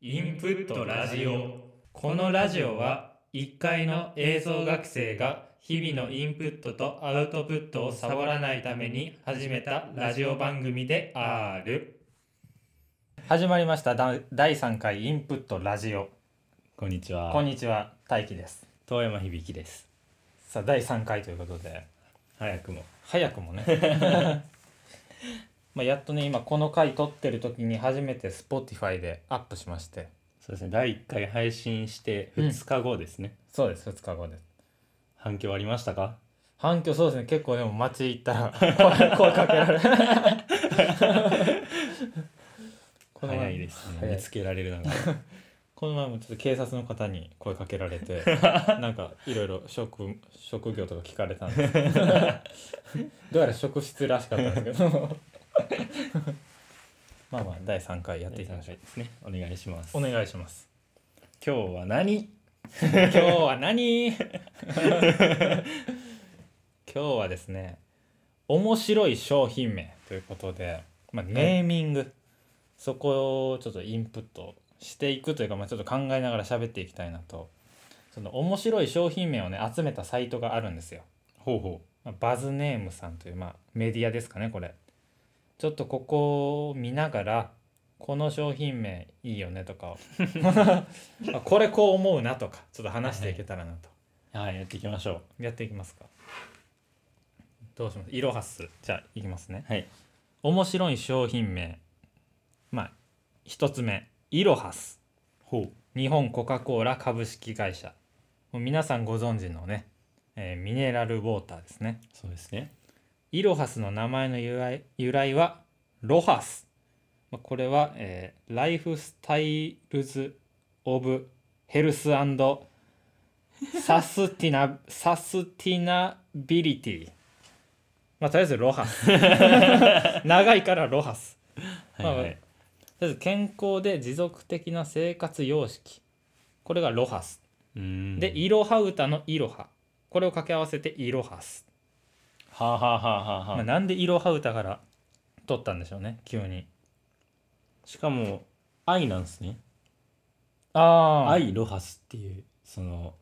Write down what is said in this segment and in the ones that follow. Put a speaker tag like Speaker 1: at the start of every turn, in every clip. Speaker 1: インプットラジオこのラジオは1階の映像学生が日々のインプットとアウトプットをサボらないために始めたラジオ番組である始まりましただ第3回インプットラジオ
Speaker 2: こんにちは。
Speaker 1: こんにちは大輝です
Speaker 2: 遠山響です。
Speaker 1: さあ第3回ということで
Speaker 2: 早くも。
Speaker 1: 早くもねまあやっとね今この回撮ってる時に初めて Spotify でアップしまして
Speaker 2: そうですね。第1回配信して2日後ですね。
Speaker 1: そうです2日後です
Speaker 2: 反響ありましたか？
Speaker 1: 反響そうですね結構でも街行ったら声 声かけられ るこの前
Speaker 2: 早いですね。
Speaker 1: 早い
Speaker 2: 見つけられるのが。
Speaker 1: この前もちょっと警察の方に声かけられて なんかいろいろ職職業とか聞かれたんです けどどうやら職質らしかったんですけど まあまあ第3回やっていきましょう
Speaker 2: ですね。お願いします。
Speaker 1: お
Speaker 2: 今
Speaker 1: 願いします
Speaker 2: 日は何？
Speaker 1: 今日は何 今日はですね面白い商品名ということで、まあ、ネーミング、そこをちょっとインプットしていくというか、まあ、ちょっと考えながら喋っていきたいなとその面白い商品名をね集めたサイトがあるんですよ、
Speaker 2: ほうほ
Speaker 1: まあバズネームさんという、まあ、メディアですかねこれちょっとここを見ながらこの商品名いいよねと かをあこれこう思うなとかちょっと話していけたらなと
Speaker 2: う。はい、やっていきましょ
Speaker 1: やっていきますかどうしますイロハスじゃあいきますね
Speaker 2: う。はい。
Speaker 1: 面白い商品名まあ一つ目イロハス
Speaker 2: ほう。
Speaker 1: 日本コカ・コーラ株式会社もう皆さんご存知のね、えーミネラルウォーターですね
Speaker 2: そうですね。
Speaker 1: イロハスの名前の由来由来はロハス、まあ、これは、えーライフスタイルズ・オブ・ヘルスサスティナサスティナビリティまあとりあえずロハ ス長いからロハス
Speaker 2: はいは
Speaker 1: まあ
Speaker 2: い。
Speaker 1: とりあえず健康で持続的な生活様式これがロハス
Speaker 2: うーん
Speaker 1: で、イロハ歌のイロハこれを掛け合わせてイロハス
Speaker 2: はあ、はあはあはあ
Speaker 1: まあ、
Speaker 2: は
Speaker 1: なんでイロハ歌から取ったんでしょうね急に
Speaker 2: あ、しかも愛なんですね。
Speaker 1: ああ
Speaker 2: 愛ロハスっていうその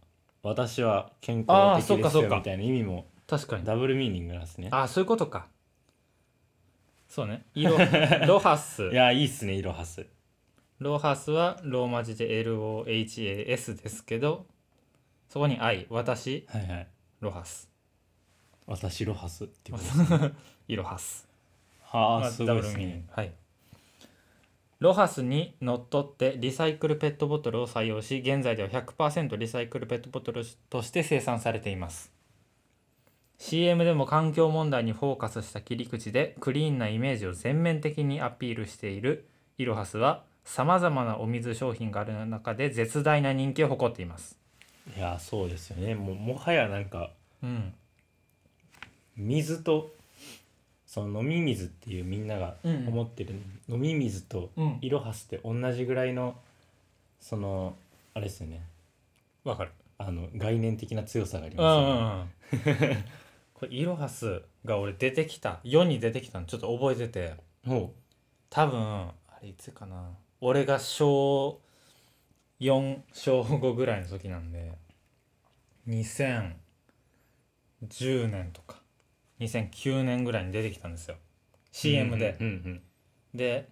Speaker 2: 私は健
Speaker 1: あー
Speaker 2: 康
Speaker 1: そっ
Speaker 2: 的
Speaker 1: か
Speaker 2: です
Speaker 1: そっ
Speaker 2: よ
Speaker 1: か
Speaker 2: みたいな意味も
Speaker 1: 確かに
Speaker 2: ダブルミーニングなんですね。
Speaker 1: ああそういうことかそうねイロ ロハス
Speaker 2: いやいいっすねイロハス。
Speaker 1: ロハスはローマ字で LOHAS ですけどそこに愛私
Speaker 2: はいはい。
Speaker 1: ロハ ス
Speaker 2: 私ロハスってこと
Speaker 1: イロハス
Speaker 2: は
Speaker 1: ま
Speaker 2: あ
Speaker 1: あ
Speaker 2: すごいです
Speaker 1: ダブルミーニン
Speaker 2: ね
Speaker 1: グはいロハスにのっとってリサイクルペットボトルを採用し現在では100%リサイクルペットボトルとして生産されています CM でも環境問題にフォーカスした切り口でクリーンなイメージを全面的にアピールしているイロハスはさまざまなお水商品がある中で絶大な人気を誇っています
Speaker 2: いやそうですよねもうもはやなんか
Speaker 1: うん
Speaker 2: 水とその飲み水っていうみんなが
Speaker 1: うん
Speaker 2: 思ってる、飲み水と
Speaker 1: うん
Speaker 2: イロハスって同じぐらいのそのあれですよね
Speaker 1: わかる
Speaker 2: あの概念的な強さがあり
Speaker 1: う
Speaker 2: ますよね、
Speaker 1: んうん これイロハスが俺出てきた世に出てきたのちょっと覚えてて
Speaker 2: ほ
Speaker 1: 多分あれいつかな俺が小4小5ぐらいの時なんで2010年とか2009年ぐらいに出てきたんですよ
Speaker 2: う
Speaker 1: CM で、
Speaker 2: うんうん
Speaker 1: で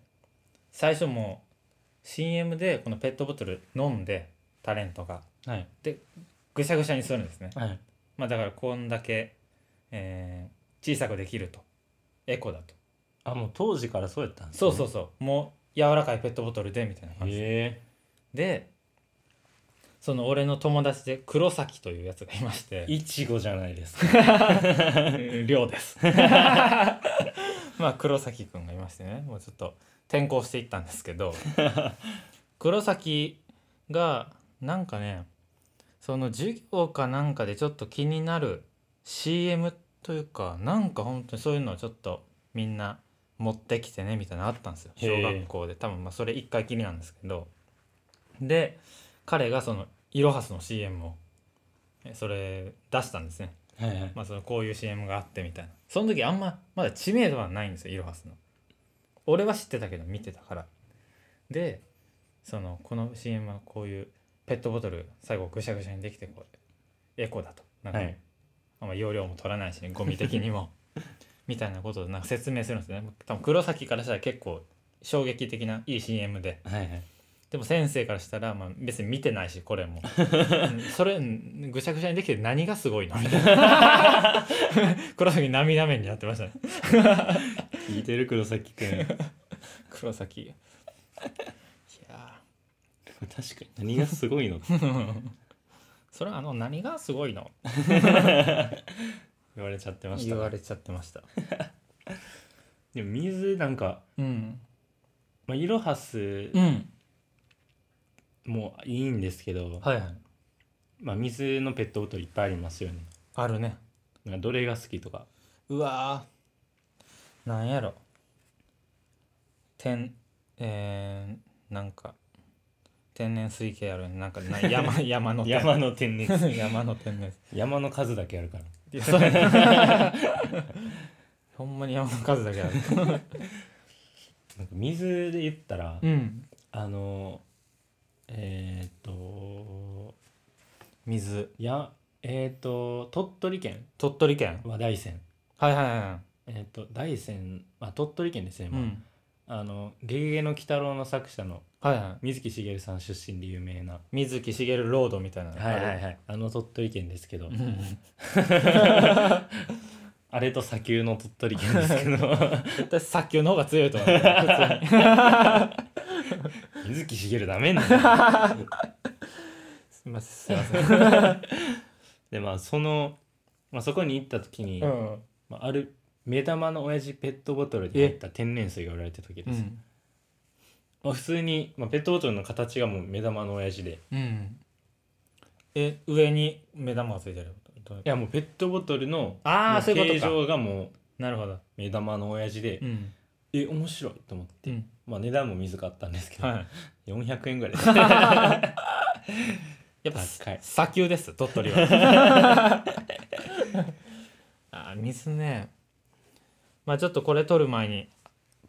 Speaker 1: 最初もう CM でこのペットボトル飲んでタレントが
Speaker 2: うんはい
Speaker 1: ぐしゃぐしゃにするんですね
Speaker 2: はい
Speaker 1: まあだからこんだけ、えー小さくできるとエコだと
Speaker 2: あもう当時からそうやったんです
Speaker 1: そうそう
Speaker 2: う
Speaker 1: そうもう柔らかいペットボトルでみたいな感じで
Speaker 2: へえ
Speaker 1: でその俺の友達で黒崎というやつがいまして
Speaker 2: いちごじゃないです か
Speaker 1: 量です まあ黒崎くんがいましてねもうちょっと転校していったんですけ ど黒崎がなんかねその授業かなんかでちょっと気になる CM というかなんか本当にそういうのをちょっとみんな持ってきてねみたいなのあったんですよ
Speaker 2: へ
Speaker 1: 小
Speaker 2: え
Speaker 1: 学校で多分まあそれ一回きりなんですけどで彼がそのイロハスの CM をえそれ出したんですね
Speaker 2: はいはい
Speaker 1: まあ、そのこういう CM があってみたいなその時あんままだ知名度はないんですよイロハスの俺は知ってたけど見てたからでそのこの CM はこういうペットボトル最後ぐしゃぐしゃにできてこうエコだとなんか、
Speaker 2: はい
Speaker 1: あんま容量も取らないし、ね、ゴミ的に もみたいなことをなんか説明するんですね多分黒崎からしたら結構衝撃的ないい CM で
Speaker 2: はいはい
Speaker 1: でも先生からしたら、まあ、別に見てないしこ れもうんそれうんぐしゃぐしゃにできて何がすごいのみたいな 黒崎涙目になってましたね
Speaker 2: 聞いてる黒崎くん確か
Speaker 1: 黒崎いや
Speaker 2: に何がすごいのって
Speaker 1: ーそれはあの何がすごいの
Speaker 2: 言われちゃってました
Speaker 1: 言われちゃってました
Speaker 2: でも水なんか、
Speaker 1: うん
Speaker 2: まあ、イロハス
Speaker 1: うん
Speaker 2: もいいんですけど、
Speaker 1: はいはい
Speaker 2: まあ、水のペットボトルいっぱいありますよね
Speaker 1: あるね
Speaker 2: なんかどれが好きとか
Speaker 1: うわーなんやろ天えー、なんか天然水系あるねなんかな山山の天
Speaker 2: 山の天然
Speaker 1: 山の天然
Speaker 2: 山の数だけあるから
Speaker 1: いやそれ ほんまに山の数だけある
Speaker 2: なんか水で言ったら、
Speaker 1: うん
Speaker 2: あのえーっと
Speaker 1: 水
Speaker 2: やえーっと鳥取県
Speaker 1: 鳥取県
Speaker 2: は大山
Speaker 1: はいはいは
Speaker 2: えーっと大山、まあ、鳥取県ですね、
Speaker 1: いう
Speaker 2: まあ
Speaker 1: ん
Speaker 2: あの「ゲゲゲの鬼太郎」の作者の
Speaker 1: はいはい
Speaker 2: 水木しげるさん出身で有名な、
Speaker 1: 水木しげるロードみたいなの
Speaker 2: い、あの鳥取県ですけど、
Speaker 1: あれうん
Speaker 2: あれと砂丘の鳥取県です けど
Speaker 1: 絶対砂丘の方が強いと思う 普通に
Speaker 2: 水木しげるダメな んだ
Speaker 1: すいませんすいません
Speaker 2: でまあその、まあ、そこに行った時に、
Speaker 1: うん
Speaker 2: まあ、ある目玉の親父ペットボトルに入った天然水が売られてた時
Speaker 1: う
Speaker 2: です、
Speaker 1: ん
Speaker 2: まあ、普通に、まあ、ペットボトルの形がもう目玉の親父でい
Speaker 1: うんえ上に目玉がついてるどういう
Speaker 2: やもうペットボトルの
Speaker 1: あ
Speaker 2: も
Speaker 1: あ
Speaker 2: う
Speaker 1: そういう
Speaker 2: 形
Speaker 1: ことか
Speaker 2: 状がもう
Speaker 1: なるほど
Speaker 2: 目玉の親父で、
Speaker 1: うん
Speaker 2: え面白いと思って、
Speaker 1: うん
Speaker 2: まあ、値段も水かったんですけど、
Speaker 1: はい
Speaker 2: 400円ぐ らい
Speaker 1: やっぱ
Speaker 2: 高い
Speaker 1: 砂丘です鳥取は あー水ねまあちょっとこれ撮る前に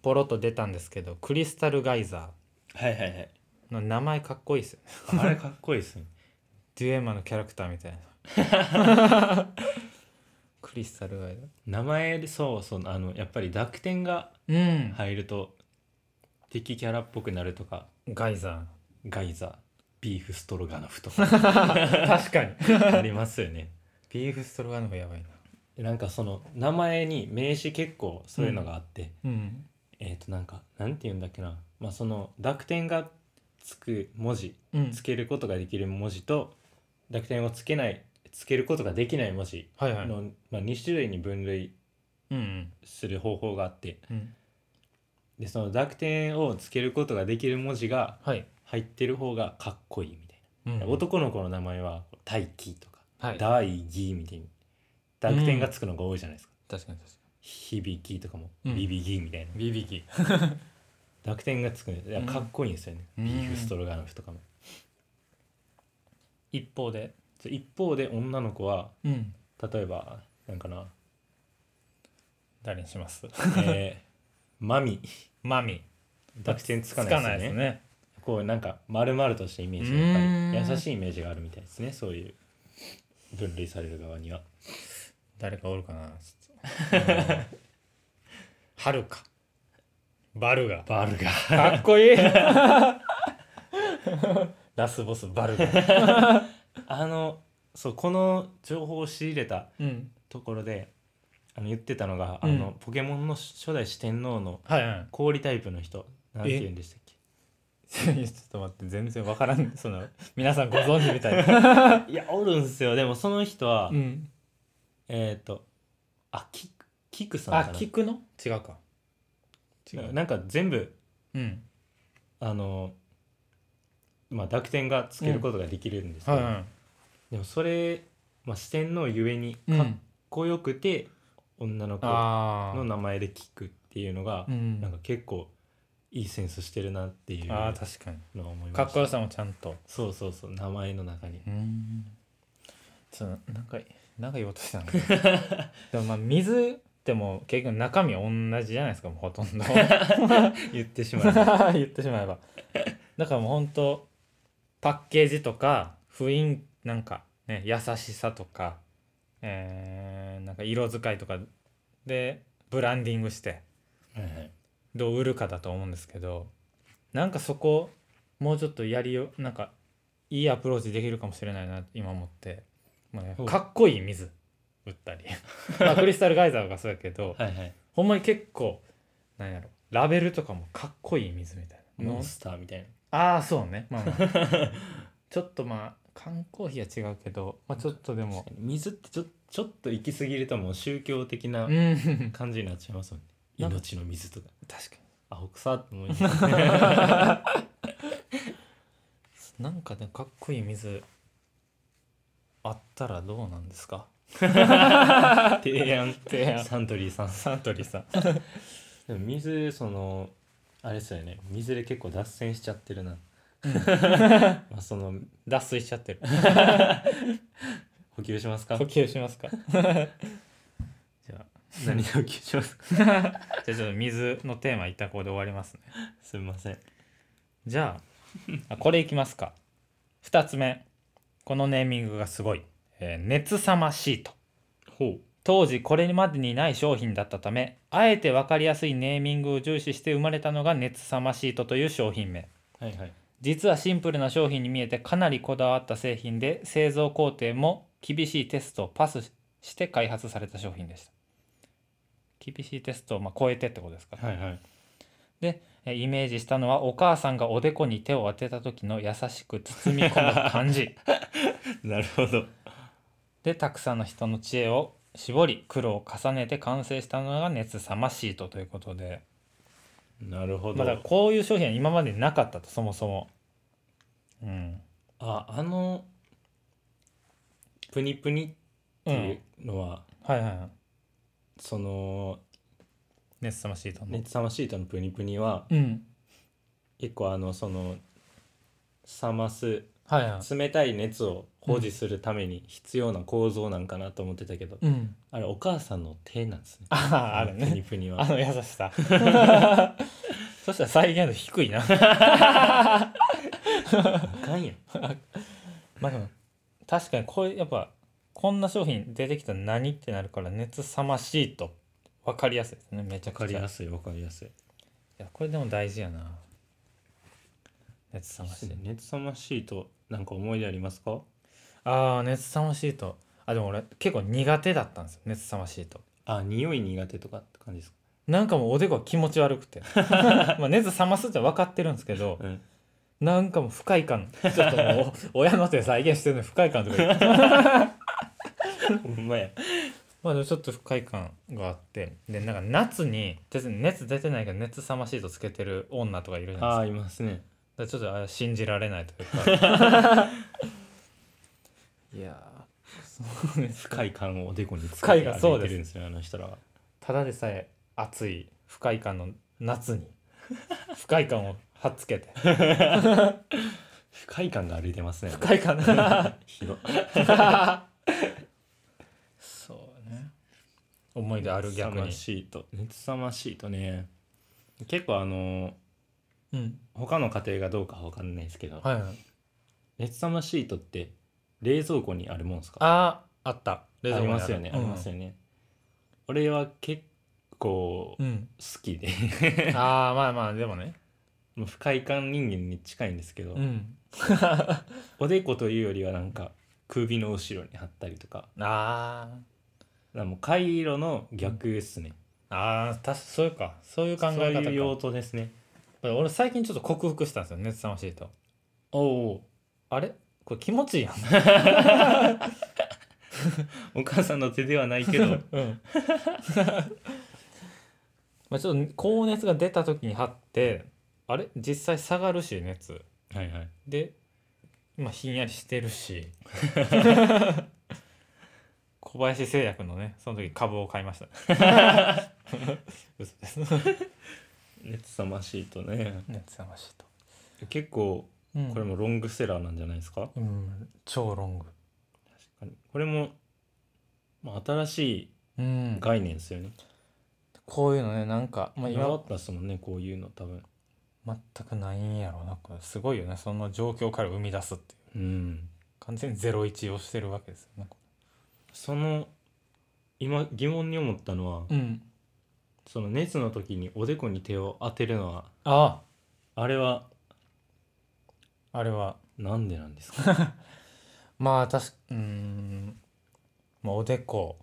Speaker 1: ポロッと出たんですけどクリスタルガイザ
Speaker 2: はいはいはい
Speaker 1: ーの名前かっこいいですよね
Speaker 2: あれかっこいいですね
Speaker 1: デュエマのキャラクターみたいな クリスタルガイザー
Speaker 2: 名前でそうそうあのやっぱり濁点が
Speaker 1: うん、
Speaker 2: 入ると敵キャラっぽくなるとか
Speaker 1: ガイザ
Speaker 2: ガイザービーフストロガノフ とか
Speaker 1: ー確かに
Speaker 2: ありますよね
Speaker 1: ビーフストロガノフやばいな
Speaker 2: なんかその名前に名詞結構そういうのがあって、
Speaker 1: うん
Speaker 2: えっ、となんかなんて言うんだっけなまあその濁点がつく文字
Speaker 1: うん
Speaker 2: つけることができる文字と濁点をつけないつけることができない文字
Speaker 1: はいはい
Speaker 2: の、まあ、2種類に分類
Speaker 1: うん
Speaker 2: する方法があって
Speaker 1: うん
Speaker 2: でその濁点をつけることができる文字が
Speaker 1: はい、
Speaker 2: 入ってる方がかっこいいみたい
Speaker 1: うん
Speaker 2: な、男の子の名前は「大輝」とか
Speaker 1: は
Speaker 2: 「
Speaker 1: い確か
Speaker 2: 大義」みたいに濁点がつくのが多いじゃないですか
Speaker 1: に確かに
Speaker 2: 「響き」とかも「
Speaker 1: うん
Speaker 2: ビビギ」みたいな
Speaker 1: ビビキ
Speaker 2: 濁点がつくんでいやかっこいいんですよね、
Speaker 1: うん
Speaker 2: ビーフストロガノフとかも。
Speaker 1: 一方で
Speaker 2: そう一方で女の子は
Speaker 1: うん
Speaker 2: 例えばなん かな
Speaker 1: 誰にします
Speaker 2: えー、マミ
Speaker 1: マミ
Speaker 2: 濁点つ
Speaker 1: つ
Speaker 2: か
Speaker 1: か
Speaker 2: ないです
Speaker 1: な
Speaker 2: よ
Speaker 1: いで
Speaker 2: ね
Speaker 1: すね
Speaker 2: こうなんか丸々としたイメージがやっ
Speaker 1: う
Speaker 2: ぱ
Speaker 1: ーん
Speaker 2: り優しいイメージがあるみたいですねそういう分類される側には
Speaker 1: 誰かおるかなはるかバルガ
Speaker 2: バルが
Speaker 1: かっこいい ラスボスバルガ
Speaker 2: あのそうこの情報を仕入れた
Speaker 1: うん
Speaker 2: ところであの言ってたのが、
Speaker 1: うん
Speaker 2: あのポケモンの初代四天王の
Speaker 1: はいはい
Speaker 2: 氷タイプの人なんて言うんでしたっ
Speaker 1: ちょっと待って全然わから んその皆さんご存知みたいな、
Speaker 2: けいやおるんすよでもその人は、
Speaker 1: ん、
Speaker 2: えっ、とあキキクさんか
Speaker 1: あ
Speaker 2: な
Speaker 1: 聞くの違うか違
Speaker 2: な
Speaker 1: う
Speaker 2: なんか全部
Speaker 1: うん
Speaker 2: あのまあ濁点がつけることができるんですけど、でもそれ、まあ、四天王ゆえに
Speaker 1: い
Speaker 2: かっこよくて、女の子
Speaker 1: あ
Speaker 2: の名前で聞くっていうのが、
Speaker 1: うん
Speaker 2: なんか結構いいセンスしてるなっていうの
Speaker 1: あ
Speaker 2: は
Speaker 1: ー確かに
Speaker 2: 思いました
Speaker 1: かっこよさもちゃんと
Speaker 2: そうそうそう名前の中に
Speaker 1: うんちょっとなんかなんか言おうと したんだけどでもまあ水でも結局中身は同じじゃないですかもうほとんど
Speaker 2: 言ってしまう
Speaker 1: 言ってしまえばだからもう本当パッケージとか雰囲気なんかね優しさとか、えーなんか色使いとかでブランディングして
Speaker 2: はいはい
Speaker 1: どう売るかだと思うんですけどなんかそこもうちょっとやりよなんかいいアプローチできるかもしれないなって今思って、もうね
Speaker 2: ほう
Speaker 1: かっこいい水売った り、まあ、クリスタルガイザーがそうやけど、
Speaker 2: はいはい
Speaker 1: ほんまに結構なんやろラベルとかもかっこいい水みたいな
Speaker 2: モンスターみたい
Speaker 1: ああそうね、まあまあ ちょっとまあ缶コーヒーは違うけど、まあ、ちょっとで
Speaker 2: な
Speaker 1: も
Speaker 2: 水ってちょちょっと行き過ぎるともう宗教的な
Speaker 1: うん
Speaker 2: 感じになっちゃいますもんね
Speaker 1: なんか
Speaker 2: 命の水とか
Speaker 1: 確かに
Speaker 2: 青臭って思いますは
Speaker 1: なんかねかっこいい水あったらどうなんですか
Speaker 2: い 提案
Speaker 1: 提案
Speaker 2: サントリーさん
Speaker 1: サントリーさん
Speaker 2: でも水そのあれですよね水で結構脱線しちゃってるな まあその
Speaker 1: 脱水しちゃってる
Speaker 2: 補給しますか
Speaker 1: 呼吸し ますかじゃあ
Speaker 2: 何で補給しますか
Speaker 1: じゃあちょっと水のテーマ一旦ここで終わりますね
Speaker 2: すみません
Speaker 1: じゃ ああこれいきますか2つ目このネーミングがすごい、えー熱さまシート
Speaker 2: ほ
Speaker 1: 当時これまでにない商品だったためあえて分かりやすいネーミングを重視して生まれたのが熱さまシートという商品名
Speaker 2: うはいはい
Speaker 1: 実はシンプルな商品に見えてかなりこだわった製品で製造工程も厳しいテストをパスして開発された商品でした厳しいテストをまあ超えてってことですか、
Speaker 2: はいはい
Speaker 1: えイメージしたのはお母さんがおでこに手を当てた時の優しく包み込む感 じ
Speaker 2: なるほど
Speaker 1: でたくさんの人の知恵を絞り苦労を重ねて完成したのが熱さまシートということで、
Speaker 2: なるほど、
Speaker 1: まあ、だからこういう商品は今までなかったとそもそもうん
Speaker 2: ああのプニプニっていうのは、
Speaker 1: はいはいはい
Speaker 2: その
Speaker 1: 熱さまシートの、
Speaker 2: 熱さまシートのプニプニは
Speaker 1: うん
Speaker 2: 結構あのその冷ます
Speaker 1: はいはい
Speaker 2: 冷たい熱を保持するために必要な構造なんかなと思ってたけど、
Speaker 1: うん
Speaker 2: あれお母さんの手なんですね
Speaker 1: あ あある
Speaker 2: プニ
Speaker 1: ね
Speaker 2: プニ
Speaker 1: あ
Speaker 2: は
Speaker 1: の優しさ そしたら再現度低いな
Speaker 2: あかんやん
Speaker 1: まあでも確かにこれやっぱこんな商品出てきたら何ってなるから熱さまシート分かりやすいですねめちゃ
Speaker 2: わか
Speaker 1: く
Speaker 2: り
Speaker 1: ちゃ
Speaker 2: やすいわかりやすい
Speaker 1: いやこれでも大事やな熱さまシート
Speaker 2: 熱さまシートなんか思い出ありますか
Speaker 1: ああ熱さまシートあでも俺結構苦手だったんですよ熱さまシート
Speaker 2: あ匂い苦手とかって感じですか
Speaker 1: なんかもうおでこが気持ち悪く てまあ熱冷ますって分かってるんですけど
Speaker 2: うん
Speaker 1: なんかもう不快 感ちょっともう親の手再現してるのに不快感とか言って
Speaker 2: ほんまや
Speaker 1: まあでもちょっと不快感があってでなんか夏に別に熱出てないけど熱さまシートつけてる女とかいるじゃないです
Speaker 2: あ
Speaker 1: か
Speaker 2: あいますね
Speaker 1: だからちょっとあれ信じられないというか いやーそうです
Speaker 2: 不快感をおでこにつ
Speaker 1: 不快
Speaker 2: けて
Speaker 1: 感そ
Speaker 2: 歩
Speaker 1: うで
Speaker 2: いて
Speaker 1: す
Speaker 2: るんですよあの人らは
Speaker 1: ただでさえ暑い不快感の夏に不快感をはっつけて
Speaker 2: 不快感が歩いてますね
Speaker 1: 不快感
Speaker 2: ひど
Speaker 1: そうね思い出ある逆
Speaker 2: 熱さま
Speaker 1: に
Speaker 2: シート熱さまシートね結構あの
Speaker 1: うん
Speaker 2: 他の家庭がどうかわかんないですけど、
Speaker 1: はいはい
Speaker 2: 熱さまシートって冷蔵庫にあるもんですか
Speaker 1: あーあった冷
Speaker 2: あ
Speaker 1: 蔵庫に
Speaker 2: りますよね、
Speaker 1: うん
Speaker 2: ありますよね俺は結構
Speaker 1: う
Speaker 2: 好
Speaker 1: ん
Speaker 2: きで
Speaker 1: ああまあまあでもね
Speaker 2: もう不快感人間に近いんですけど、
Speaker 1: うん
Speaker 2: おでこというよりはなんか首の後ろに貼ったりとか
Speaker 1: あー
Speaker 2: だからもう回路の逆ですね、
Speaker 1: あーたしそういうかそういう考
Speaker 2: そう
Speaker 1: え方か
Speaker 2: いう用途ですね
Speaker 1: 俺最近ちょっと克服したんですよ熱さまシート
Speaker 2: おお
Speaker 1: あれこれ気持ちいいやん、
Speaker 2: お母さんの手 ではないけど
Speaker 1: うん、 まあちょっと高熱が出た時に貼ってあれ実際下がるし熱
Speaker 2: はいはい
Speaker 1: で、まあ、ひんやりしてる し小林製薬のねその時株を買いました嘘です
Speaker 2: 熱さまシートね
Speaker 1: 熱さまシート、
Speaker 2: 結構
Speaker 1: うん、
Speaker 2: これもロングセラーなんじゃないですか、
Speaker 1: うん超ロング
Speaker 2: 確かにこれも、まあ、新しい
Speaker 1: うん
Speaker 2: 概念ですよね
Speaker 1: こういうのねなんか、まあ、
Speaker 2: 今
Speaker 1: 今
Speaker 2: だったっすもんねこういうの多分
Speaker 1: 全くないんやろなんかすごいよねその状況から生み出すっていう
Speaker 2: うん、
Speaker 1: 完全にゼロ一をしてるわけですよね。
Speaker 2: その今疑問に思ったのは、
Speaker 1: うん、
Speaker 2: その熱の時におでこに手を当てるのは
Speaker 1: あ
Speaker 2: あれは
Speaker 1: ああれは
Speaker 2: なんでなんです か
Speaker 1: まあ確かうーん、まあ、おでこ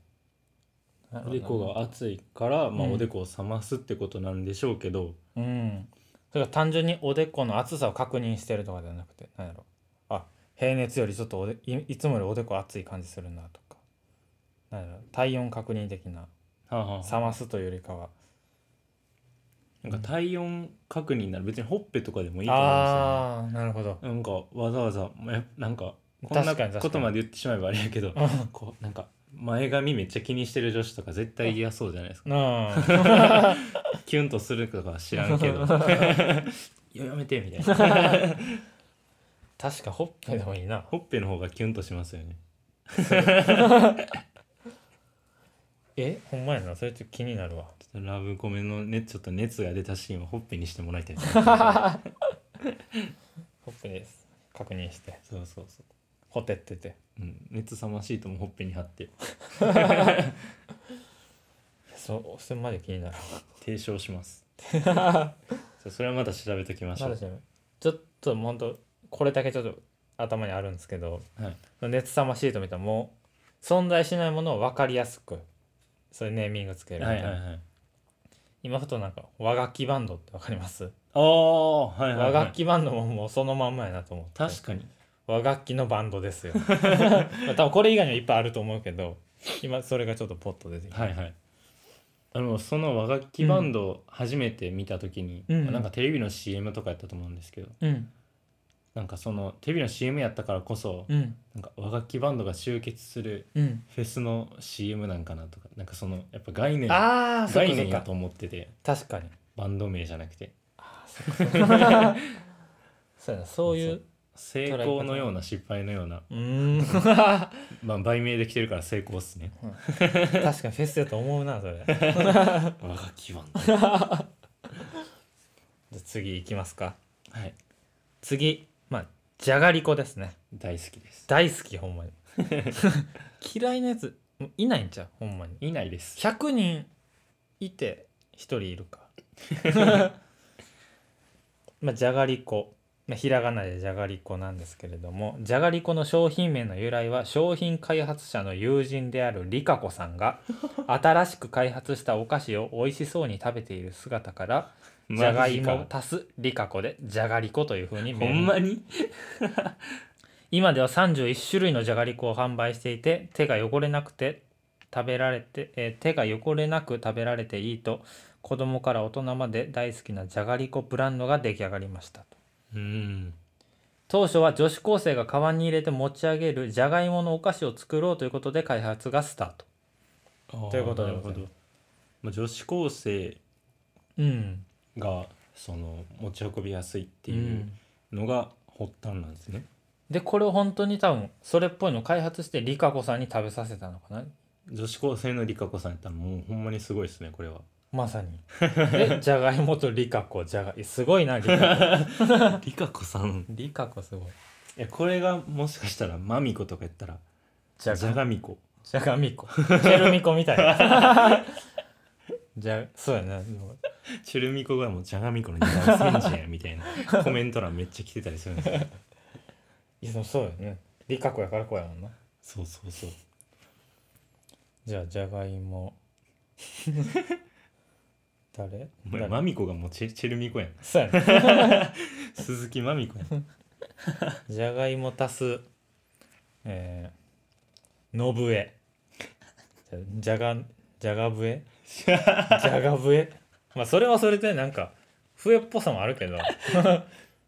Speaker 2: おでこが熱いから、まあ、
Speaker 1: うん
Speaker 2: おでこを冷ますってことなんでしょうけど、
Speaker 1: うんそれが単純におでこの熱さを確認してるとかじゃなくて何やろあ平熱よりちょっとおでいいつもよりおでこ熱い感じするなとか何やろ体温確認的な
Speaker 2: はあはあ
Speaker 1: 冷ますというよりかは
Speaker 2: なんか体温確認なら別にほっぺとかでもいいと思うんですよ、ね
Speaker 1: ああーなるほど
Speaker 2: なんかわざわざえなんかこん
Speaker 1: 確か
Speaker 2: な
Speaker 1: に確かに
Speaker 2: ことまで言ってしまえばあれやけど
Speaker 1: うん
Speaker 2: こうなんか前髪めっちゃ気にしてる女子とか絶対嫌そうじゃないです か
Speaker 1: なあ
Speaker 2: キュンとするとかは知らんけ どいややめてみたいな
Speaker 1: 確かほっぺでもいいな
Speaker 2: ほっぺの方がキュンとしますよね
Speaker 1: えほんまやなそれちょっと気になるわ
Speaker 2: ちょっとラブコメのねちょっと熱が出たシーンをほっぺにしてもらいたいです
Speaker 1: ほっぺです確認して
Speaker 2: そうそうそ
Speaker 1: ほてってて
Speaker 2: う、うん、熱冷ましいともほっぺに貼って
Speaker 1: そうそれまで気になる
Speaker 2: 提唱します そうそれはまた調べときましょ
Speaker 1: ま
Speaker 2: う
Speaker 1: だ知らないちょっともうほんとこれだけちょっと頭にあるんですけど
Speaker 2: はい
Speaker 1: 熱冷ましいと見たらもう存在しないものを分かりやすくそういうネーミングつけるみた
Speaker 2: はいい
Speaker 1: な、
Speaker 2: はいはい
Speaker 1: 今ふとなんか和楽器バンドって分かります、
Speaker 2: ああはいはい、
Speaker 1: 和
Speaker 2: はい
Speaker 1: 楽、器バンドももうそのまんまやなと思って
Speaker 2: 確かに
Speaker 1: 和楽器のバンドです よまあ多分これ以外にはいっぱいあると思うけど今それがちょっとポッと出てきた、
Speaker 2: はいはいあのその和楽器バンドを初めて見た時に、
Speaker 1: うん
Speaker 2: まあなんかテレビの CM とかやったと思うんですけど
Speaker 1: うん
Speaker 2: なんかそのテレビの CM やったからこそ、
Speaker 1: うん
Speaker 2: なんか和楽器バンドが集結する
Speaker 1: うん
Speaker 2: フェスの CM なんかなとかなんかそのやっぱ概念
Speaker 1: ああそっか
Speaker 2: 概
Speaker 1: そっ
Speaker 2: 念や
Speaker 1: か
Speaker 2: と思ってて
Speaker 1: 確 かに
Speaker 2: バンド名じゃなくて
Speaker 1: そうやなそういう
Speaker 2: 成功のような失敗のような、
Speaker 1: うーん
Speaker 2: まあ、売名できてるから成功っすね
Speaker 1: 確かにフェスやと思うなそれじゃ
Speaker 2: 和楽器バンド
Speaker 1: あ次行きますか
Speaker 2: はい
Speaker 1: 次まあじゃがりこですね
Speaker 2: 大好きです
Speaker 1: 大好きほ んまに嫌いなやつもういないんちゃうほんまに
Speaker 2: いないです
Speaker 1: 100人いて1人い るかまあじゃがりこ、まあ、ひらがなでじゃがりこなんですけれどもじゃがりこの商品名の由来は商品開発者の友人であるりかこさん が新しく開発したお菓子を美味しそうに食べている姿からじゃがいも足すりかこでじゃがりこというふうに
Speaker 2: ほ
Speaker 1: 命
Speaker 2: ん
Speaker 1: 名
Speaker 2: まに
Speaker 1: 今では31種類のじゃがりこを販売していて手が汚れなくて食べられて、えー手が汚れなく食べられていいと子供から大人まで大好きなじゃがりこブランドが出来上がりましたと
Speaker 2: うん
Speaker 1: 当初は女子高生がカバンに入れて持ち上げるじゃがいものお菓子を作ろうということで開発がスタート
Speaker 2: と
Speaker 1: ということで
Speaker 2: なるほど、まあ、女子高生
Speaker 1: うん
Speaker 2: がその持ち運びやすいって
Speaker 1: う
Speaker 2: いうんうのが発端なんですね、
Speaker 1: でこれを本当に多分それっぽいのを開発してりかこさんに食べさせたのかな
Speaker 2: 女子高生のりかこさんやったらもうほんまにすごいですねこれ は
Speaker 1: ま さにでじゃがいもとりかこじゃがいすごいなりかこ
Speaker 2: りかこさん
Speaker 1: りかこすごい
Speaker 2: いやこれがもしかしたらまみことか言ったら
Speaker 1: じ
Speaker 2: じゃがみこ
Speaker 1: じゃがみ こ。チェルミコみたいな。じゃ、そうやな。でも
Speaker 2: チュルミコがもうじゃがみこの2番煎じやみたいな コメント欄めっちゃ来てたりするんですよ
Speaker 1: いや、でもそうやね。りかこやからこうやもんな。
Speaker 2: そうそうそう
Speaker 1: じゃあ、じゃがい も。誰
Speaker 2: お前
Speaker 1: 誰
Speaker 2: まみこがもうチェチェルミコやん
Speaker 1: そうやね。
Speaker 2: 鈴木まみこやん
Speaker 1: じゃがいも足す、えー、のぶえ。じゃじゃが、じゃがぶ えじゃがぶえ。まあ、それはそれでなんか、笛っぽさもある けど。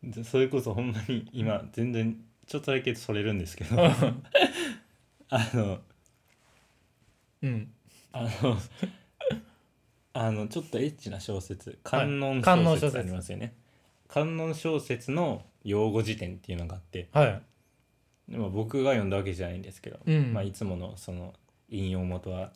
Speaker 2: でそれこそほんまに今全然ちょっとだけそれるんですけどあの
Speaker 1: うん。
Speaker 2: あのあのちょっとエッチな小説観音
Speaker 1: 観音
Speaker 2: 小
Speaker 1: 小
Speaker 2: 説
Speaker 1: 説
Speaker 2: ありますよね観音小説の用語辞典っていうのがあって、
Speaker 1: はい。
Speaker 2: まあ、僕が読んだわけじゃないんですけど、
Speaker 1: うん
Speaker 2: まあ、いつものその引用元は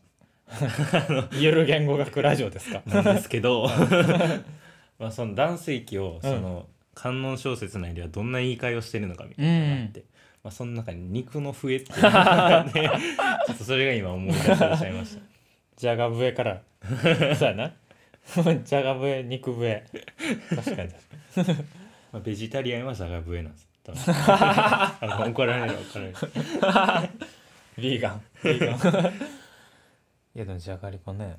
Speaker 1: ゆる言語学ラジオですか。
Speaker 2: なんですけど まあ、その断水期を
Speaker 1: う
Speaker 2: そ
Speaker 1: ん
Speaker 2: の観音小説内ではどんな言い換えをしてるのかみたいなのがあって、まあ、その中に肉の笛っていうのが あってちょっとそれが今思い出されちゃいました
Speaker 1: じゃが笛から そうやな じゃが笛肉笛確かに
Speaker 2: まあベジタリアンはじゃが笛なんです多 分あの怒られる怒られる
Speaker 1: ビーガンビーガン いやでもじゃがりこね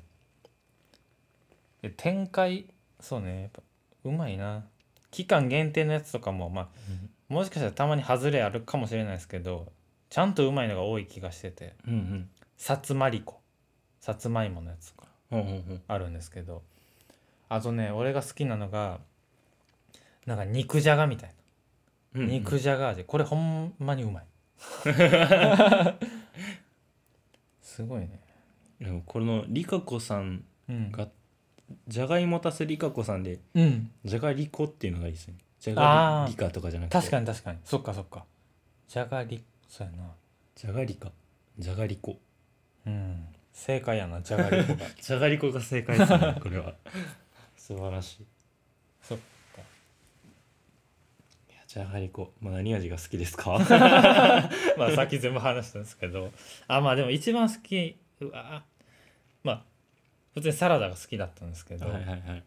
Speaker 1: いや展開そうねやっぱうまいな期間限定のやつとかもまあもしかしたらたまに外れあるかもしれないですけどちゃんとうまいのが多い気がしてて
Speaker 2: うんうん
Speaker 1: さつまりこさつまいものやつとか
Speaker 2: ほんほんほん
Speaker 1: あるんですけどあとね俺が好きなのがなんか肉じゃがみたいな
Speaker 2: うんうん
Speaker 1: 肉じゃが味これほんまにうま いすごいね
Speaker 2: でもこのリカ子さん
Speaker 1: うん
Speaker 2: がじゃがいも足すリカ子さんで
Speaker 1: うん
Speaker 2: じゃがりこっていうのがいいですねじゃ
Speaker 1: あ
Speaker 2: が
Speaker 1: ー
Speaker 2: りかとかじゃなくて
Speaker 1: 確か
Speaker 2: に
Speaker 1: に確かにそっかそっかじゃがりそうやな
Speaker 2: じゃがりかじゃがりこ
Speaker 1: うん正解やなじゃがりこが
Speaker 2: じゃがりこが正解ですねこれは 素晴らしい
Speaker 1: そっか
Speaker 2: いやじゃがりこ、まあ、何味が好きです か
Speaker 1: まあさっき全部話したんですけどあまあでも一番好きうわまあ普通にサラダが好きだったんですけど、
Speaker 2: はいはい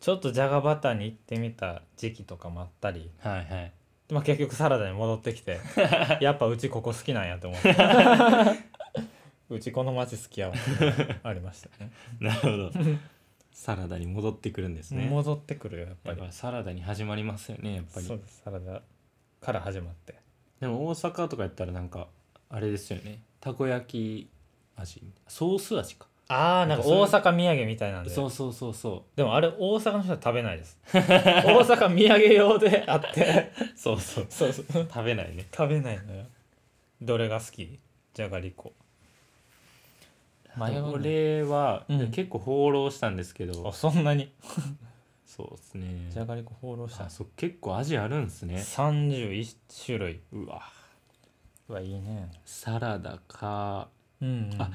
Speaker 1: ちょっとじゃがバターに行ってみた時期とかもあったり、
Speaker 2: はいはい
Speaker 1: まあ、結局サラダに戻ってき てやっぱうちここ好きなんやと思 ってうちこの町好きやわっていうのがありましたね
Speaker 2: なるほ どサラダに戻ってくるんですね
Speaker 1: 戻ってくるよやっぱ
Speaker 2: やっ
Speaker 1: り
Speaker 2: ぱサラダに始まりますよねやっぱ
Speaker 1: そう
Speaker 2: り
Speaker 1: ですサラダから始まって
Speaker 2: でも大阪とかやったらなんかあれですよねたこ焼き味ソース味か
Speaker 1: ああな
Speaker 2: な
Speaker 1: んんか
Speaker 2: かそういう
Speaker 1: 大阪土産みたいなんで
Speaker 2: そうそうそうそ
Speaker 1: でもあれ大阪の人は食べないです 大阪土産用であって
Speaker 2: うそうそう
Speaker 1: そうそう食
Speaker 2: 食べないね
Speaker 1: べないのよどれが好きじゃがりこ迷うね
Speaker 2: これは、
Speaker 1: うん
Speaker 2: 結構放浪したんですけ
Speaker 1: あ
Speaker 2: ど
Speaker 1: そんなに
Speaker 2: そうですね
Speaker 1: じゃがりこ放浪した
Speaker 2: あそう結構味あるんですね
Speaker 1: 31種類
Speaker 2: うわ
Speaker 1: うわいいね
Speaker 2: サラダか
Speaker 1: うん、
Speaker 2: あ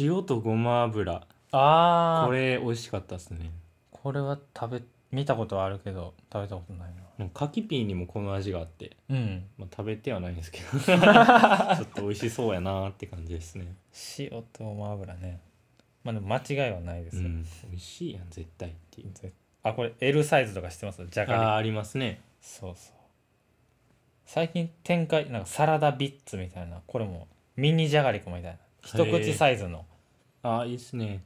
Speaker 2: 塩とごま油
Speaker 1: あ
Speaker 2: こ
Speaker 1: これ
Speaker 2: れ美味しかったですね
Speaker 1: これは食べ見たことはあるけど食べたことないな
Speaker 2: なんかきピーにもこの味があって、
Speaker 1: うん
Speaker 2: まあ、食べてはないんですけ どちょっと美味しそうやなーって感じですね
Speaker 1: 塩とごま油ねまあでも間違いはないで
Speaker 2: う
Speaker 1: すよ、
Speaker 2: ん美味しいやん絶対っていう
Speaker 1: ぜあこれ L サイズとかしてますじゃ
Speaker 2: あ
Speaker 1: がりこ
Speaker 2: ーありますね
Speaker 1: そうそう最近展開なんかサラダビッツみたいなこれもミニじゃがりこみたいな一
Speaker 2: ー
Speaker 1: 口サイズの
Speaker 2: ああいいですね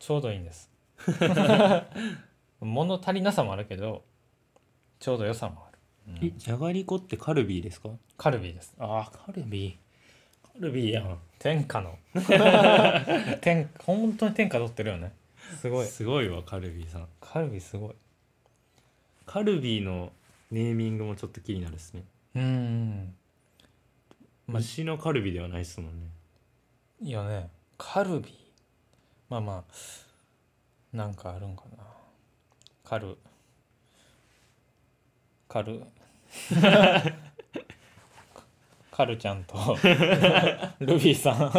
Speaker 1: ちょうどいいんです 物足りなさもあるけどちょうど良さもある、う
Speaker 2: え
Speaker 1: ん
Speaker 2: じゃがりこってカルビーですか
Speaker 1: カルビーです
Speaker 2: あーカルビーカルビーやん
Speaker 1: 天下 の天本当に天下取ってるよねすごい
Speaker 2: すごいわカルビーさん
Speaker 1: カルビすごい
Speaker 2: カルビーのネーミングもちょっと気になるですね
Speaker 1: うんまあ
Speaker 2: 牛のカルビではないですもんね
Speaker 1: いいよねカルビまあまあなんかあるんかなカルカ ルカルちゃん とルビーさん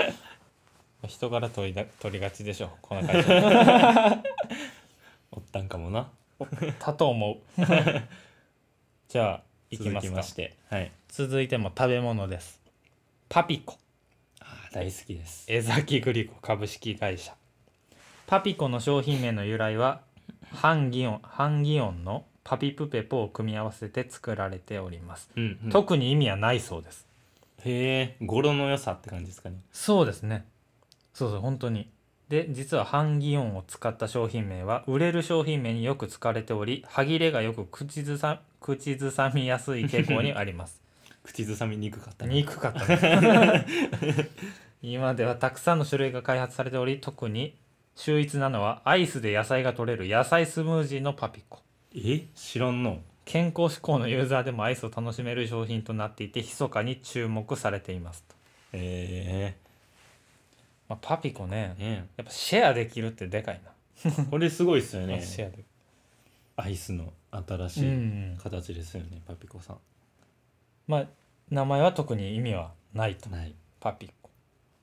Speaker 1: 人から取りだ取りがちでしょこの会 社
Speaker 2: おったんかもな
Speaker 1: だと 思うじゃあいきます
Speaker 2: 続
Speaker 1: か
Speaker 2: してはい
Speaker 1: 続いても食べ物ですパピコ
Speaker 2: あー大好きです
Speaker 1: 江崎グリコ株式会社パピコの商品名の由来はハンギオンハンギオンのパピプペポを組み合わせて作られております、
Speaker 2: うん、うん、
Speaker 1: 特に意味はないそうです
Speaker 2: へえ語呂の良さって感じですかね
Speaker 1: そうですねそうそう本当にで実はハンギオンを使った商品名は売れる商品名によく使われており歯切れがよく口ずさ口ずさみやすい傾向にあります
Speaker 2: 口ずさみにくかったね
Speaker 1: 憎かったね今ではたくさんの種類が開発されており特に秀逸なのはアイスで野菜が取れる野菜スムージーのパピコ
Speaker 2: え知らんの
Speaker 1: 健康志向のユーザーでもアイスを楽しめる商品となっていて密かに注目されていますと、
Speaker 2: え
Speaker 1: まあ、パピコね
Speaker 2: えね
Speaker 1: やっぱシェアできるってでかい
Speaker 2: え これすごいっすよ
Speaker 1: な、
Speaker 2: ね
Speaker 1: シェアで
Speaker 2: アイスの新
Speaker 1: きる、う
Speaker 2: しい
Speaker 1: ん
Speaker 2: 形ですよね、パピコさん
Speaker 1: まあ名前は特に意味はないと
Speaker 2: はい
Speaker 1: パピコ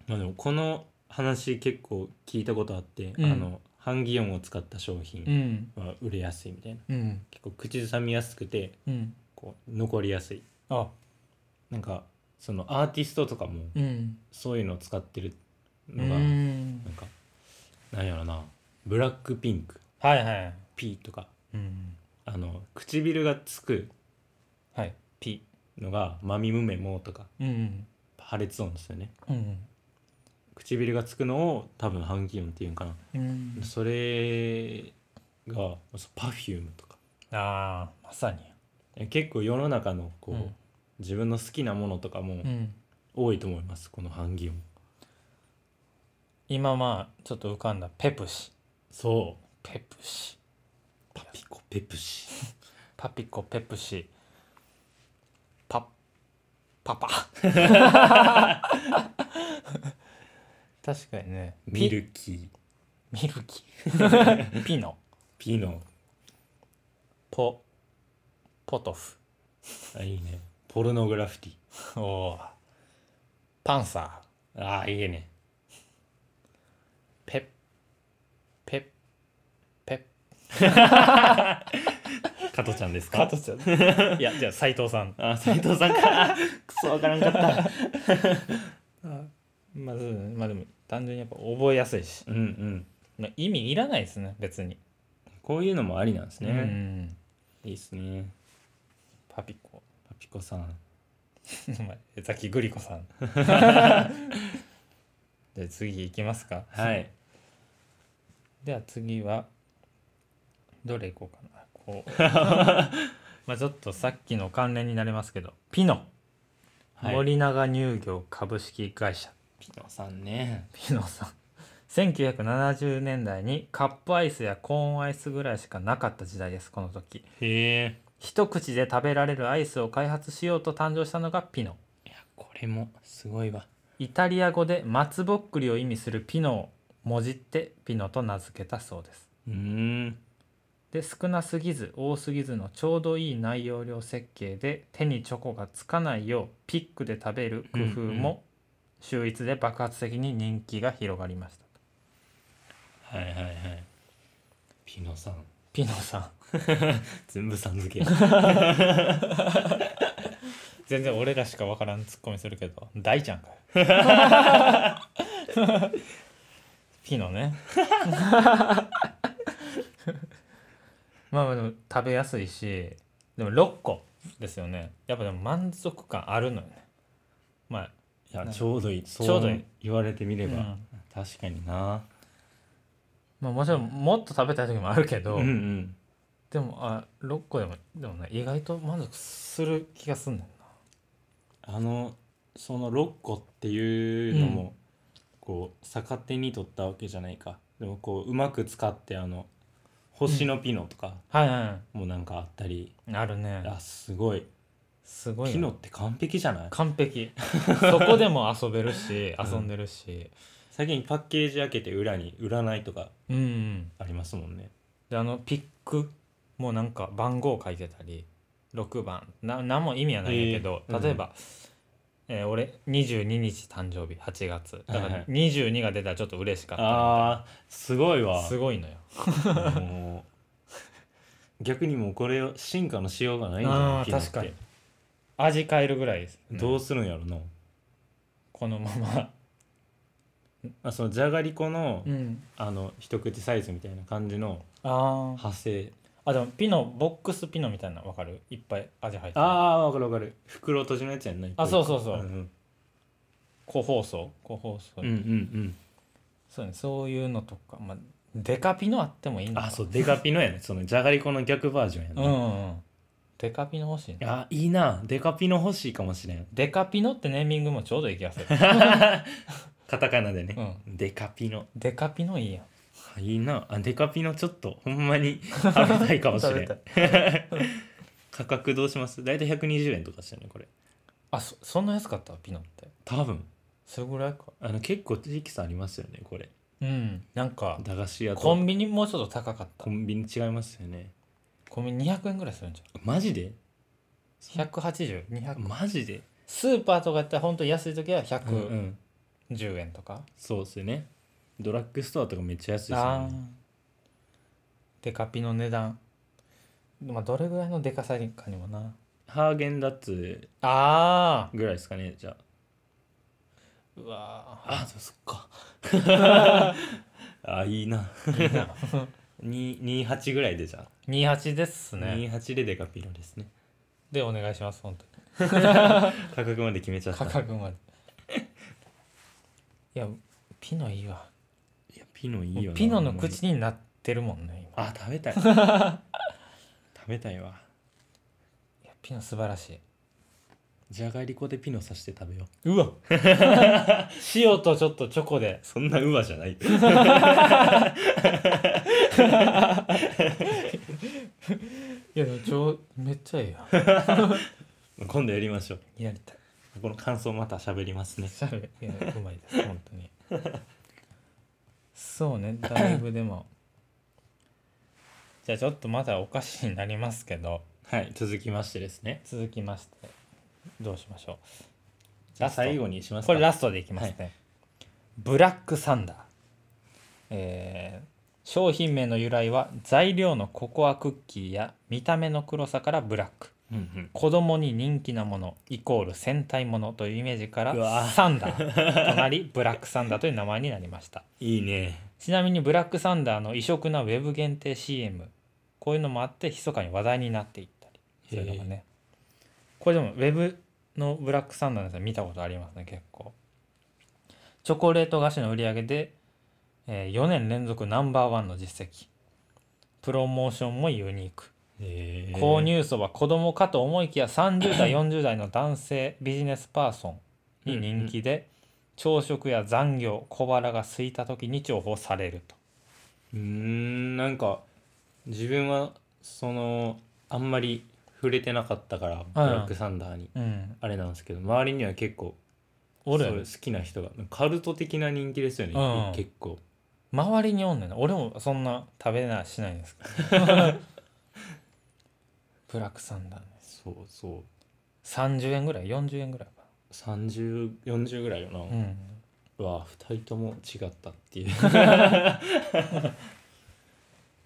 Speaker 2: まあでもこの話結構聞いたことあって、
Speaker 1: うん
Speaker 2: あの半擬音を使った商
Speaker 1: う
Speaker 2: 品
Speaker 1: ん
Speaker 2: は売れやすいみたいな
Speaker 1: うん
Speaker 2: 結構口ずさみやすくて
Speaker 1: うん
Speaker 2: こう残りやすい
Speaker 1: あ
Speaker 2: なんかそのアーティストとかも
Speaker 1: うん
Speaker 2: そういうのを使ってる
Speaker 1: う
Speaker 2: のがなん
Speaker 1: ん
Speaker 2: かなんやろなブラックピンク
Speaker 1: はいはい
Speaker 2: P とか
Speaker 1: うん
Speaker 2: あの唇がつく
Speaker 1: はい P
Speaker 2: のが「まみむめも」とか
Speaker 1: うん
Speaker 2: 破裂音ですよね
Speaker 1: うん
Speaker 2: 唇がつくのを多分半気音っていうんかな、
Speaker 1: うん
Speaker 2: それがパフュームとか
Speaker 1: ああまさに
Speaker 2: 結構世の中のこう、
Speaker 1: うん
Speaker 2: 自分の好きなものとかも
Speaker 1: うん
Speaker 2: 多いと思います、この半擬音
Speaker 1: 今まあちょっと浮かんだペプシ
Speaker 2: そう
Speaker 1: ペプシ
Speaker 2: パピコペプシ
Speaker 1: パピコペプシパパパ確かにね
Speaker 2: ミルキー
Speaker 1: ミルキ ーピノ
Speaker 2: ピノ
Speaker 1: ポポトフ
Speaker 2: あいいねポルノグラフィティ
Speaker 1: おーパンサー
Speaker 2: ああいいね
Speaker 1: ペッペッペッ
Speaker 2: 加トちゃんです
Speaker 1: 加
Speaker 2: か
Speaker 1: 藤ちゃんいやじゃあ斎藤さん
Speaker 2: あ斉藤さんか クソわからんかった
Speaker 1: まあ、そうだねまあでも単純にやっぱ覚えやすいし、
Speaker 2: うんうん
Speaker 1: まあ、意味いらないですね別に
Speaker 2: こういうのもありなんです
Speaker 1: う
Speaker 2: ね、
Speaker 1: ん
Speaker 2: いいですね
Speaker 1: パピコ
Speaker 2: パピコさん
Speaker 1: 江崎グリコ さんじゃあ次いきますか
Speaker 2: はい
Speaker 1: では次はどれいこうかなこう まあちょっとさっきの関連になりますけどピノ、
Speaker 2: はい
Speaker 1: 森永乳業株式会社
Speaker 2: ピノさんね
Speaker 1: ピノさん1970年代にカップアイスやコーンアイスぐらいしかなかった時代ですこの時
Speaker 2: へ
Speaker 1: 一口で食べられるアイスを開発しようと誕生したのがピノ
Speaker 2: えいやこれもすごいわ
Speaker 1: イタリア語で松ぼっくりを意味するピノをもじってピノと名付けたそうです
Speaker 2: うーん
Speaker 1: で少なすぎず多すぎずのちょうどいい内容量設計で手にチョコがつかないようピックで食べる工夫
Speaker 2: うんう
Speaker 1: も秀逸で爆発的に人気が広がりました
Speaker 2: はいはいはいピノさん
Speaker 1: ピノさん
Speaker 2: 全部さん 付け
Speaker 1: 全然俺らしかわからんツッコミするけど大ちゃんかよピノねまあまあでも食べやすいしでも6個ですよねやっぱでも満足感あるのよねまあ
Speaker 2: いや
Speaker 1: なんか
Speaker 2: ちょうどいい
Speaker 1: ちょうどいい
Speaker 2: そ言われてみれば、
Speaker 1: うん
Speaker 2: 確かにな
Speaker 1: まあ、もちろんもっと食べたい時もあるけ
Speaker 2: う
Speaker 1: ど、
Speaker 2: んうん
Speaker 1: でもあ6個でもでもね意外と満足する気がすんねんな
Speaker 2: あのその6個っていうのも、こう逆手に取ったわけじゃないかでもこううまく使ってあの星のピノとか
Speaker 1: はいは
Speaker 2: もなんかあったり、
Speaker 1: いあるね
Speaker 2: あすごい
Speaker 1: すごいな
Speaker 2: ピノって完璧じゃない
Speaker 1: 完璧そこでも遊べるし
Speaker 2: うん
Speaker 1: 遊んでるし
Speaker 2: 最近パッケージ開けて裏に占いとか
Speaker 1: うん、うん、
Speaker 2: ありますもんね
Speaker 1: であのピックもなんか番号書いてたり6番な何も意味はないんやけど、
Speaker 2: えーうん
Speaker 1: 例えば、えー俺22日誕生日8月だか
Speaker 2: はい
Speaker 1: ら
Speaker 2: はい
Speaker 1: 22が出たらちょっと嬉しかったみたいな
Speaker 2: あーすごいわ
Speaker 1: すごいのよ
Speaker 2: もう逆にもうこれを進化のしようがないんじゃない
Speaker 1: あー
Speaker 2: ピノって
Speaker 1: 確かに味変えるぐらいです、
Speaker 2: どうするんやろな、
Speaker 1: このまま
Speaker 2: あそのじゃがりこの,、
Speaker 1: うん
Speaker 2: あの一口サイズみたいな感じの
Speaker 1: あー
Speaker 2: 派生
Speaker 1: あでもピノボックスピノみたいなの分かるいっぱい味入ってる
Speaker 2: ああわかるわかる袋閉じのやつやんない
Speaker 1: あそうそうそう
Speaker 2: うん
Speaker 1: 個包装個包装、
Speaker 2: うん、うんうん
Speaker 1: そうねそういうのとかまあデカピノあってもいい
Speaker 2: うん
Speaker 1: のか
Speaker 2: あそうデカピノやねそのじゃがりこの逆バージョンや
Speaker 1: う
Speaker 2: ね、
Speaker 1: んうんうんデカピノ欲しいね
Speaker 2: あいいなデカピノ欲しいかもしれん
Speaker 1: デカピノってネーミングもちょうどいい気がす る
Speaker 2: カタカナでね、
Speaker 1: う
Speaker 2: デカピノ
Speaker 1: デカピノいいやん
Speaker 2: あいいなあデカピノちょっとほんまに食べたいかもし
Speaker 1: 食
Speaker 2: れ
Speaker 1: べた
Speaker 2: ん
Speaker 1: い
Speaker 2: 価格どうします大体120円とかしたねこれ
Speaker 1: あそそんな安かったピノって
Speaker 2: 多分
Speaker 1: それぐらいか
Speaker 2: あの結構地域差ありますよねこれ
Speaker 1: うんなんか
Speaker 2: 駄菓子屋と
Speaker 1: コンビニもうちょっと高かった
Speaker 2: コンビニ違いますよね
Speaker 1: コンビニ200円ぐらいするんじ
Speaker 2: マジで
Speaker 1: ゃん180200
Speaker 2: マジで、
Speaker 1: スーパーとかやったら本当に安い時は
Speaker 2: うんう
Speaker 1: 110
Speaker 2: ん、
Speaker 1: 円とか、
Speaker 2: そうっすよねドラッグストアとかめっちゃ安いですよ
Speaker 1: あ
Speaker 2: ね
Speaker 1: デカピの値段まあどれぐらいのデカさかにもな
Speaker 2: ハーゲンダッツ
Speaker 1: あ
Speaker 2: ぐらいですかねじゃあ
Speaker 1: ーうわ
Speaker 2: あそっか あいいな に28ぐらいでじゃ
Speaker 1: ー28です
Speaker 2: あ、
Speaker 1: ね
Speaker 2: 28でデカピロですね
Speaker 1: でお願いします本当に
Speaker 2: 価格まで決めちゃった
Speaker 1: 価格までいやピノいいわ
Speaker 2: いやピノいいよな
Speaker 1: ピノの口になってるもんね今
Speaker 2: あ食べ たい食べたいわ
Speaker 1: いやピノ素晴らしい
Speaker 2: じゃがりこでピノさして食べよう
Speaker 1: う わ塩とちょっとチョコで
Speaker 2: そんなうわじゃない
Speaker 1: いやでもちょうめっちゃええや
Speaker 2: 今度やりましょうん
Speaker 1: やりたい
Speaker 2: この感想また喋りますね
Speaker 1: しゃべいやうまいです本当にそうねだいぶでもじゃあちょっとまだお菓子になりますけど
Speaker 2: はい続きましてですね
Speaker 1: 続きましてどうしましょ
Speaker 2: じゃあ
Speaker 1: ラスト
Speaker 2: 最後にしま
Speaker 1: う
Speaker 2: す
Speaker 1: これ
Speaker 2: か
Speaker 1: ラストでいきますね、ブラックサンダーえー商品名の由来は材料のココアクッキーや見た目の黒さからブラック
Speaker 2: うんうん
Speaker 1: 子供に人気なものイコール戦隊ものというイメージか
Speaker 2: うわ
Speaker 1: らサンダーとなりブラックサンダーという名前になりました
Speaker 2: いいね
Speaker 1: ちなみにブラックサンダーの異色なウェブ限定 CM こういうのもあって密かに話題になっていったりそういうのがねこれでもウェブのブラックサンダーのやつは見たことありますね結構チョコレート菓子の売り上げで、え4年連続ナンバーワンの実績プロモーションもユニーク
Speaker 2: えー
Speaker 1: 購入層は子供かと思いきや30代40代の男性ビジネスパーソンに人気で朝食や残業小腹が空いた時に重宝されると
Speaker 2: うーんなんか自分はそのあんまり触れてなかったからブラックサンダーに
Speaker 1: うん
Speaker 2: あれなんですけど周りには結構
Speaker 1: 俺
Speaker 2: そう好きな人がカルト的な人気ですよね、
Speaker 1: うん
Speaker 2: 結構
Speaker 1: 周りにおんねんな俺もそんな食べなしないんですけど ブラックサンダーね
Speaker 2: そうそう
Speaker 1: 30円ぐらい40円ぐらいか
Speaker 2: 3040ぐらいよな、
Speaker 1: なうん
Speaker 2: うわ2人とも違ったっていう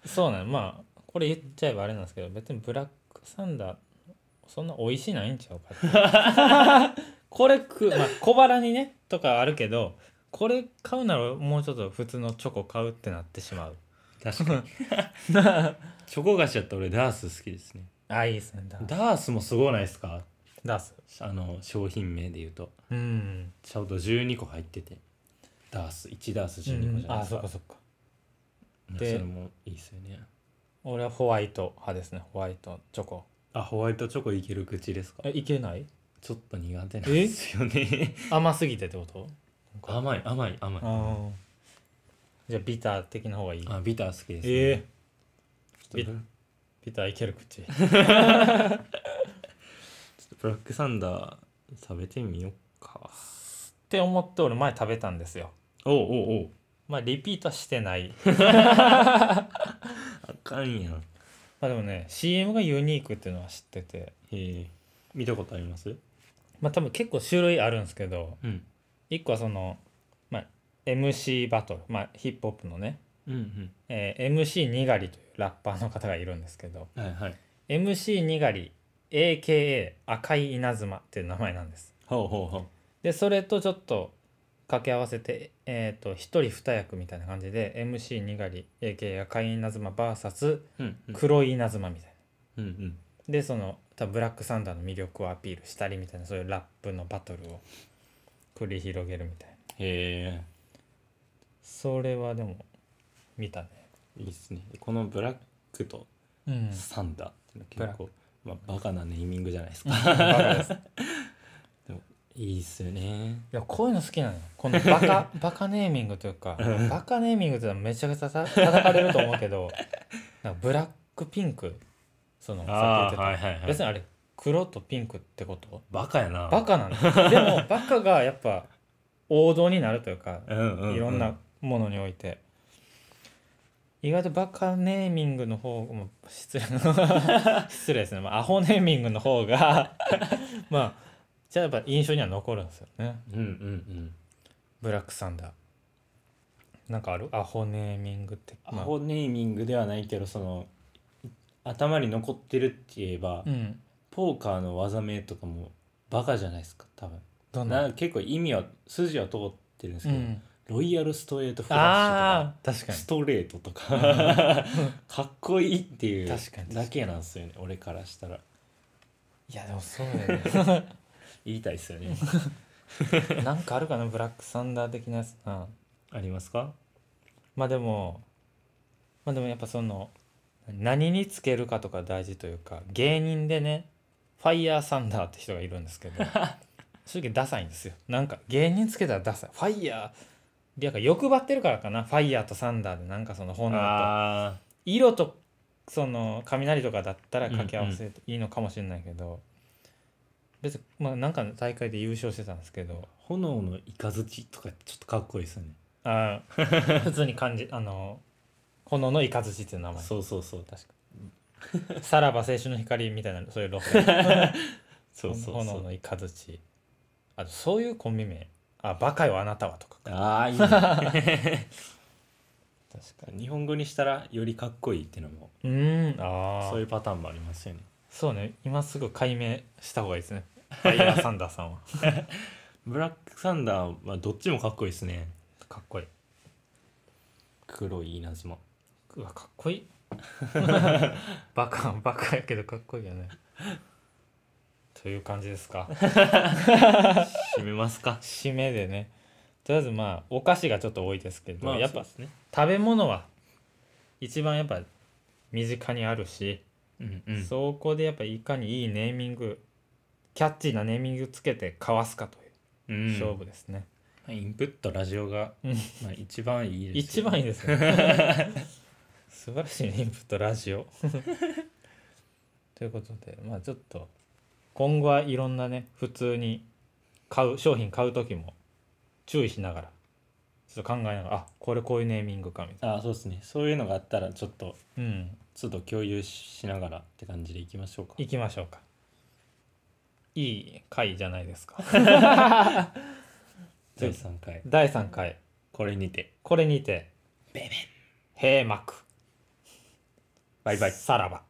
Speaker 1: そうなのまあこれ言っちゃえばあれなんですけど別にブラックサンダーそんな美味しないんちゃうかって これ食う、まあ、小腹にねとかあるけどこれ買うならもうちょっと普通のチョコ買うってなってしまう
Speaker 2: 確 かにチョコ菓子だったら俺ダース好きですね
Speaker 1: あいいですねダ
Speaker 2: ダースもすごないですか
Speaker 1: ダース
Speaker 2: あの商品名で言うと
Speaker 1: うん、
Speaker 2: ちょうど12個入っててダース1ダース12個じゃない
Speaker 1: あ
Speaker 2: です
Speaker 1: そ
Speaker 2: か、
Speaker 1: っかそっか
Speaker 2: うん
Speaker 1: で
Speaker 2: それもいいですよね
Speaker 1: 俺はホワイト派ですねホワイトチョコ
Speaker 2: あホワイトチョコいける口ですか
Speaker 1: えいけない
Speaker 2: ちょっと苦手なんですよね
Speaker 1: 甘すぎてってこと
Speaker 2: 甘い甘い甘い
Speaker 1: あじゃあビター的な方がいい
Speaker 2: あビター好きです、ね、
Speaker 1: ええ
Speaker 2: ちょっと
Speaker 1: ビビターいける 口
Speaker 2: ブラックサンダー食べてみよっか
Speaker 1: って思って俺前食べたんですよ
Speaker 2: おうおうおう
Speaker 1: まあリピートはして ない
Speaker 2: あかんやんへ
Speaker 1: まあでもね CM がユニークっていうのは知ってて
Speaker 2: え見たことあります
Speaker 1: まあ多分結構種類あるんですけど
Speaker 2: うん
Speaker 1: 1個はその、まあ、MC バトル、まあ、ヒップホップのね、
Speaker 2: うん
Speaker 1: えー MC にがりというラッパーの方がいるんですけど
Speaker 2: うんはいはい
Speaker 1: MC にがり AKA 赤い稲妻っていう名前なんです
Speaker 2: ほうほうほ
Speaker 1: でそれとちょっと掛け合わせて、えー、と1人2役みたいな感じで MC にがり AKA 赤い稲妻 VS
Speaker 2: ううんうん
Speaker 1: 黒い稲妻みたいな。
Speaker 2: うんうん
Speaker 1: でその多分ブラックサンダーの魅力をアピールしたりみたいなそういうラップのバトルを繰り広げるみたいな
Speaker 2: へえ
Speaker 1: それはでも見たね
Speaker 2: いいっすねこのブラックと
Speaker 1: うん
Speaker 2: サンダーっていうのは結構、まあ、バカなネーミングじゃないですか
Speaker 1: バカですい
Speaker 2: いいっすよね
Speaker 1: やこういうの好きなのよこのバカバカネーミングというかバカネーミングっていうのはめちゃくちゃた叩かれると思うけどなんかブラックピンクそのさっき言ってた、
Speaker 2: はいはい
Speaker 1: 別にあれ黒とピンクってこと
Speaker 2: バカやな
Speaker 1: バカなん だでもバカがやっぱ王道になるというか
Speaker 2: うんうん、うん、
Speaker 1: いろんなものにおいて意外とバカネーミングの方も失礼 失礼ですね、まあ、アホネーミングの方が まあじゃあやっぱ印象には残るんですよね
Speaker 2: うんうんうん
Speaker 1: ブラックサンダーなんかあるアホネーミングって
Speaker 2: アホネーミングではないけどその頭に残ってるって言えば、
Speaker 1: うん
Speaker 2: ポーカーの技名とかもバカじゃないですか多分
Speaker 1: どん
Speaker 2: な
Speaker 1: な
Speaker 2: 結構意味は筋は通ってるんです
Speaker 1: う
Speaker 2: けど、
Speaker 1: ん
Speaker 2: ロイヤルストレートフラッシュと
Speaker 1: あ
Speaker 2: か
Speaker 1: あ確かに
Speaker 2: ストレートとか、
Speaker 1: ん
Speaker 2: かっこいいっていう
Speaker 1: 確かに
Speaker 2: だけなんですよね俺からしたら
Speaker 1: いやでもそうだよ
Speaker 2: 言いたいですよね
Speaker 1: ねなんかあるかなブラックサンダー的なやつな
Speaker 2: ありますか
Speaker 1: まあでもまあでもやっぱその何につけるかとか大事というか芸人でねファイヤーサンダーって人がいるんですけど正直ダサいんですよなんか芸人つけたらダサいファイヤーでなんか欲張ってるからかなファイヤーとサンダーでなんかその本能と
Speaker 2: あ
Speaker 1: 色とその雷とかだったら掛け合わせていいのかもしれないけど、別にまあなんかの大会で優勝してたんですけど
Speaker 2: ー炎の雷とかちょっとかっこいいですよね
Speaker 1: あー 普通に漢字あの炎の雷っていう名前
Speaker 2: そうそうそう
Speaker 1: 確かさらば青春の光みたいなそういうロゴ
Speaker 2: そうそうそう
Speaker 1: 炎の雷あとそういうコンビ名あバカよあなたはとか
Speaker 2: ああいいね
Speaker 1: 確か
Speaker 2: 日本語にしたらよりかっこいいっていうのも
Speaker 1: うーんああ
Speaker 2: そういうパターンもありますよね
Speaker 1: そうね今すぐ解明した方がいい ですねファイヤーサンダーさんは
Speaker 2: ブラックサンダーはどっちもかっこいいですね
Speaker 1: かっこいい
Speaker 2: 黒い稲妻
Speaker 1: うわかっ こいいバカバカやけどかっこいいよねという感じです か
Speaker 2: 締めますか
Speaker 1: 締めでねとりあえずまあお菓子がちょっと多いですけど、
Speaker 2: まあ
Speaker 1: やっぱ
Speaker 2: そうですね
Speaker 1: 食べ物は一番やっぱ身近にあるし、
Speaker 2: うんうん
Speaker 1: そこでやっぱいかにいいネーミングキャッチーなネーミングつけてかわすかと
Speaker 2: う
Speaker 1: いうん勝負ですね、
Speaker 2: インプットラジオが、
Speaker 1: うん
Speaker 2: まあ、一番いいで
Speaker 1: 一
Speaker 2: すよね
Speaker 1: 番いいですね 素晴らしいねインプットラジオということでまあちょっと今後はいろんなね普通に買う商品買う時も注意しながらちょっと考えながらあこれこういうネーミングかみたい
Speaker 2: ああそうですねそういうのがあったらちょっと
Speaker 1: なうん
Speaker 2: 都度共有しながらって感じでいきましょうか
Speaker 1: 行きましょうかいい回じゃないですか
Speaker 2: 第3回
Speaker 1: 第3回
Speaker 2: これにて
Speaker 1: これにて閉幕
Speaker 2: バイバイ
Speaker 1: さらば